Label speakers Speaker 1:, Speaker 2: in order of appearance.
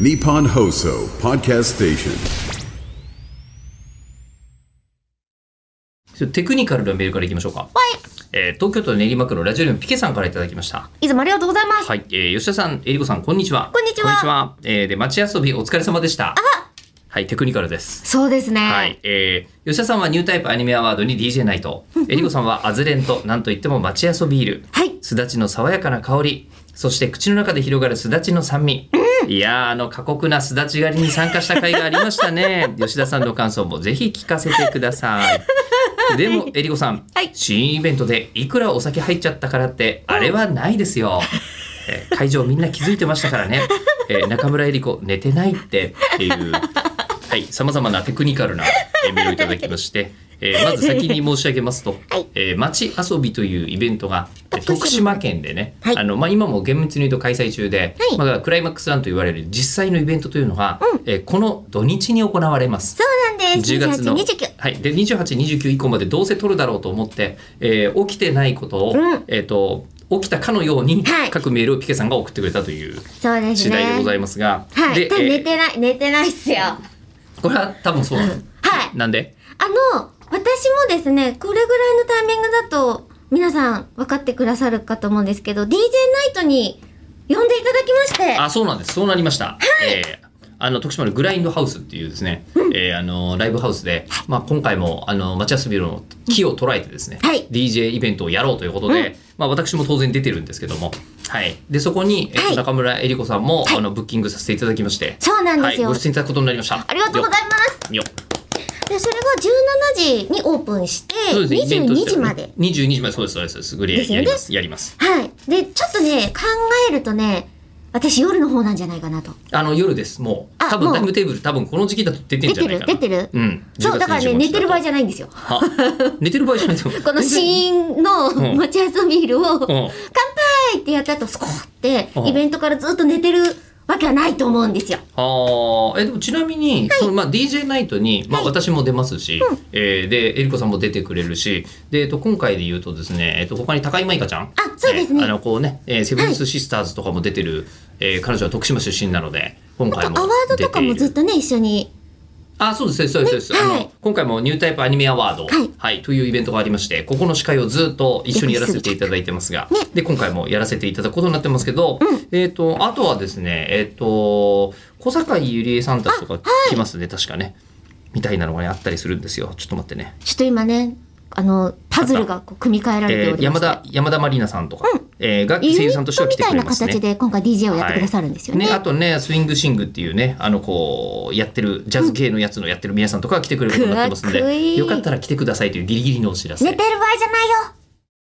Speaker 1: Nippon Hoso Podcast Station.
Speaker 2: ちょっとテクニカルなメールからいきましょうか。
Speaker 3: はい。
Speaker 2: えー東京都練馬区のラジオネームピケさんからいただきました。
Speaker 3: いつもありがとうございます。
Speaker 2: はい、えー吉田さん、えりこさん、こんにちは。
Speaker 3: こんにちは
Speaker 2: えーで、町遊びお疲れ様でした。はい、テクニカルです。
Speaker 3: そうですね。
Speaker 2: はい、えー吉田さんはニュータイプアニメアワードに DJ ナイト。えりこさんはアズレンと、なんといっても町遊びいる。
Speaker 3: はい
Speaker 2: すだちの爽やかな香り。そして口の中で広がるすだちの酸味。いやーあの過酷なすだち狩りに参加した回がありましたね吉田さんの感想もぜひ聞かせてくださいでも、えりこさん、
Speaker 3: はい
Speaker 2: 新イベントでいくらお酒入っちゃったからって、あれはないですよ。えー会場みんな気づいてましたからね。えー中村えりこ、寝てないってっていう、はい、さまざまなテクニカルなえーメールをいただきまして、えーまず先に申し上げますと、
Speaker 3: はい
Speaker 2: えー町遊びというイベントが、えー
Speaker 3: 徳
Speaker 2: 徳
Speaker 3: 島
Speaker 2: 島県でね、
Speaker 3: はい
Speaker 2: あのまあ、今も厳密に言うと開催中で、
Speaker 3: はい
Speaker 2: まあ、クライマックスランと言われる実際のイベントというのが、えーこの土日に行われます。
Speaker 3: そうなんです。
Speaker 2: 10月の
Speaker 3: 28、29。
Speaker 2: はい、で28、29以降までどうせ取るだろうと思って、えー起きてないことを、
Speaker 3: うん
Speaker 2: えっ、と起きたかのように
Speaker 3: はい
Speaker 2: 各メールをピケさんが送ってくれたという
Speaker 3: そうです
Speaker 2: 次
Speaker 3: ね。
Speaker 2: 第でございますが、
Speaker 3: はい。ただ
Speaker 2: で、え
Speaker 3: 寝
Speaker 2: ー
Speaker 3: てない、寝てないっすよ。あ
Speaker 2: これは多分そうなの。
Speaker 3: はい
Speaker 2: なんで？
Speaker 3: の、私もですね、これぐらいのタイミングだと、皆さん分かってくださるかと思うんですけど、DJ ナイトに呼んでいただきまして、
Speaker 2: あ、そうなんです。そうなりました。えーあの徳島のグラインドハウスっていうですね、えーあのライブハウスで、まあ、今回もあの町遊びの木を捉えてですね、
Speaker 3: はい
Speaker 2: DJ イベントをやろうということで、
Speaker 3: うん
Speaker 2: まあ、私も当然出てるんですけども、はい、でそこに、えー
Speaker 3: はい
Speaker 2: 中村えり子さんも、あのブッキングさせていただきまして、
Speaker 3: そうなんですよ
Speaker 2: はい、ご出演いただくことになりました。
Speaker 3: ありがとうございます。
Speaker 2: す。よ
Speaker 3: で、それが17時にオープンして、
Speaker 2: そうですね、イベントと
Speaker 3: 22
Speaker 2: して
Speaker 3: 時
Speaker 2: は
Speaker 3: まで。
Speaker 2: 22時まで、そうです、そうです。グリ
Speaker 3: ですよ
Speaker 2: や
Speaker 3: ね
Speaker 2: ります。やります。
Speaker 3: はい。で、ちょっとね、考えるとね、私夜の方なんじゃないかなと。
Speaker 2: あの、夜です、もう。
Speaker 3: あ
Speaker 2: 多分、
Speaker 3: もう
Speaker 2: タイムテーブル、多分、この時期だと出てん
Speaker 3: 出
Speaker 2: じゃ
Speaker 3: て
Speaker 2: ないか
Speaker 3: る
Speaker 2: な。
Speaker 3: 出てる、
Speaker 2: うん。
Speaker 3: そう、だからね、寝てる場合じゃないんですよ。
Speaker 2: ゃ寝てる場合じゃないと思う。
Speaker 3: このシーン
Speaker 2: う
Speaker 3: の
Speaker 2: ん
Speaker 3: 持ち遊びルを、乾
Speaker 2: うん
Speaker 3: 杯ってやった後、スコーって
Speaker 2: う、ん
Speaker 3: イベントからずっと寝てるわけはないと思うんですよ。
Speaker 2: ああ、え、でもちなみに、そのまあ DJ ナイトに、まあ私も出ますし、えーで、えりこさんも出てくれるし、で、えっと、今回で言うとですね、えっと、他に高井舞香ちゃん。
Speaker 3: あそうですね
Speaker 2: えーあの、こうね、えーセブン
Speaker 3: は
Speaker 2: スシスターズとかも出てる、えー彼女は徳島出身なので、今
Speaker 3: あと、
Speaker 2: 回も
Speaker 3: アワードとかもずっとね、一緒に。
Speaker 2: あ、そうです、そうです、そうです。
Speaker 3: ね
Speaker 2: あの、
Speaker 3: はい
Speaker 2: 今回もニュータイプアニメアワード、
Speaker 3: はい
Speaker 2: というイベントがありまして、ここの司会をずっと一緒にやらせていただいてますが、
Speaker 3: ね
Speaker 2: で、今回もやらせていただくことになってますけど、えっ、と、あとはですね、えっ、と、小坂井ゆりえさんたちとか来ますね、確かね。みたいなのが、ね、あったりするんですよ。ちょっと待ってね。
Speaker 3: ちょっと今ね、ああの、パズルがこう組み替えられて
Speaker 2: え
Speaker 3: お
Speaker 2: ー
Speaker 3: りま
Speaker 2: 山
Speaker 3: して、
Speaker 2: 田、山田まりなさんとか、えーが
Speaker 3: ユ
Speaker 2: 声
Speaker 3: ニ
Speaker 2: 優さんとして
Speaker 3: ッ
Speaker 2: は
Speaker 3: ト
Speaker 2: 来
Speaker 3: み
Speaker 2: て
Speaker 3: た
Speaker 2: く
Speaker 3: い
Speaker 2: れ
Speaker 3: な
Speaker 2: ますね
Speaker 3: 形。で今回 DJ をやってくださるんですよね。
Speaker 2: はいあとねスイングシングっていうねあのこうやってるジャズ系のやつのやってる皆さんとかが来てくれることになってますので、
Speaker 3: うんかっこいい
Speaker 2: よかったら来てくださいというギリギリのお知らせ
Speaker 3: 寝てる場合じゃないよ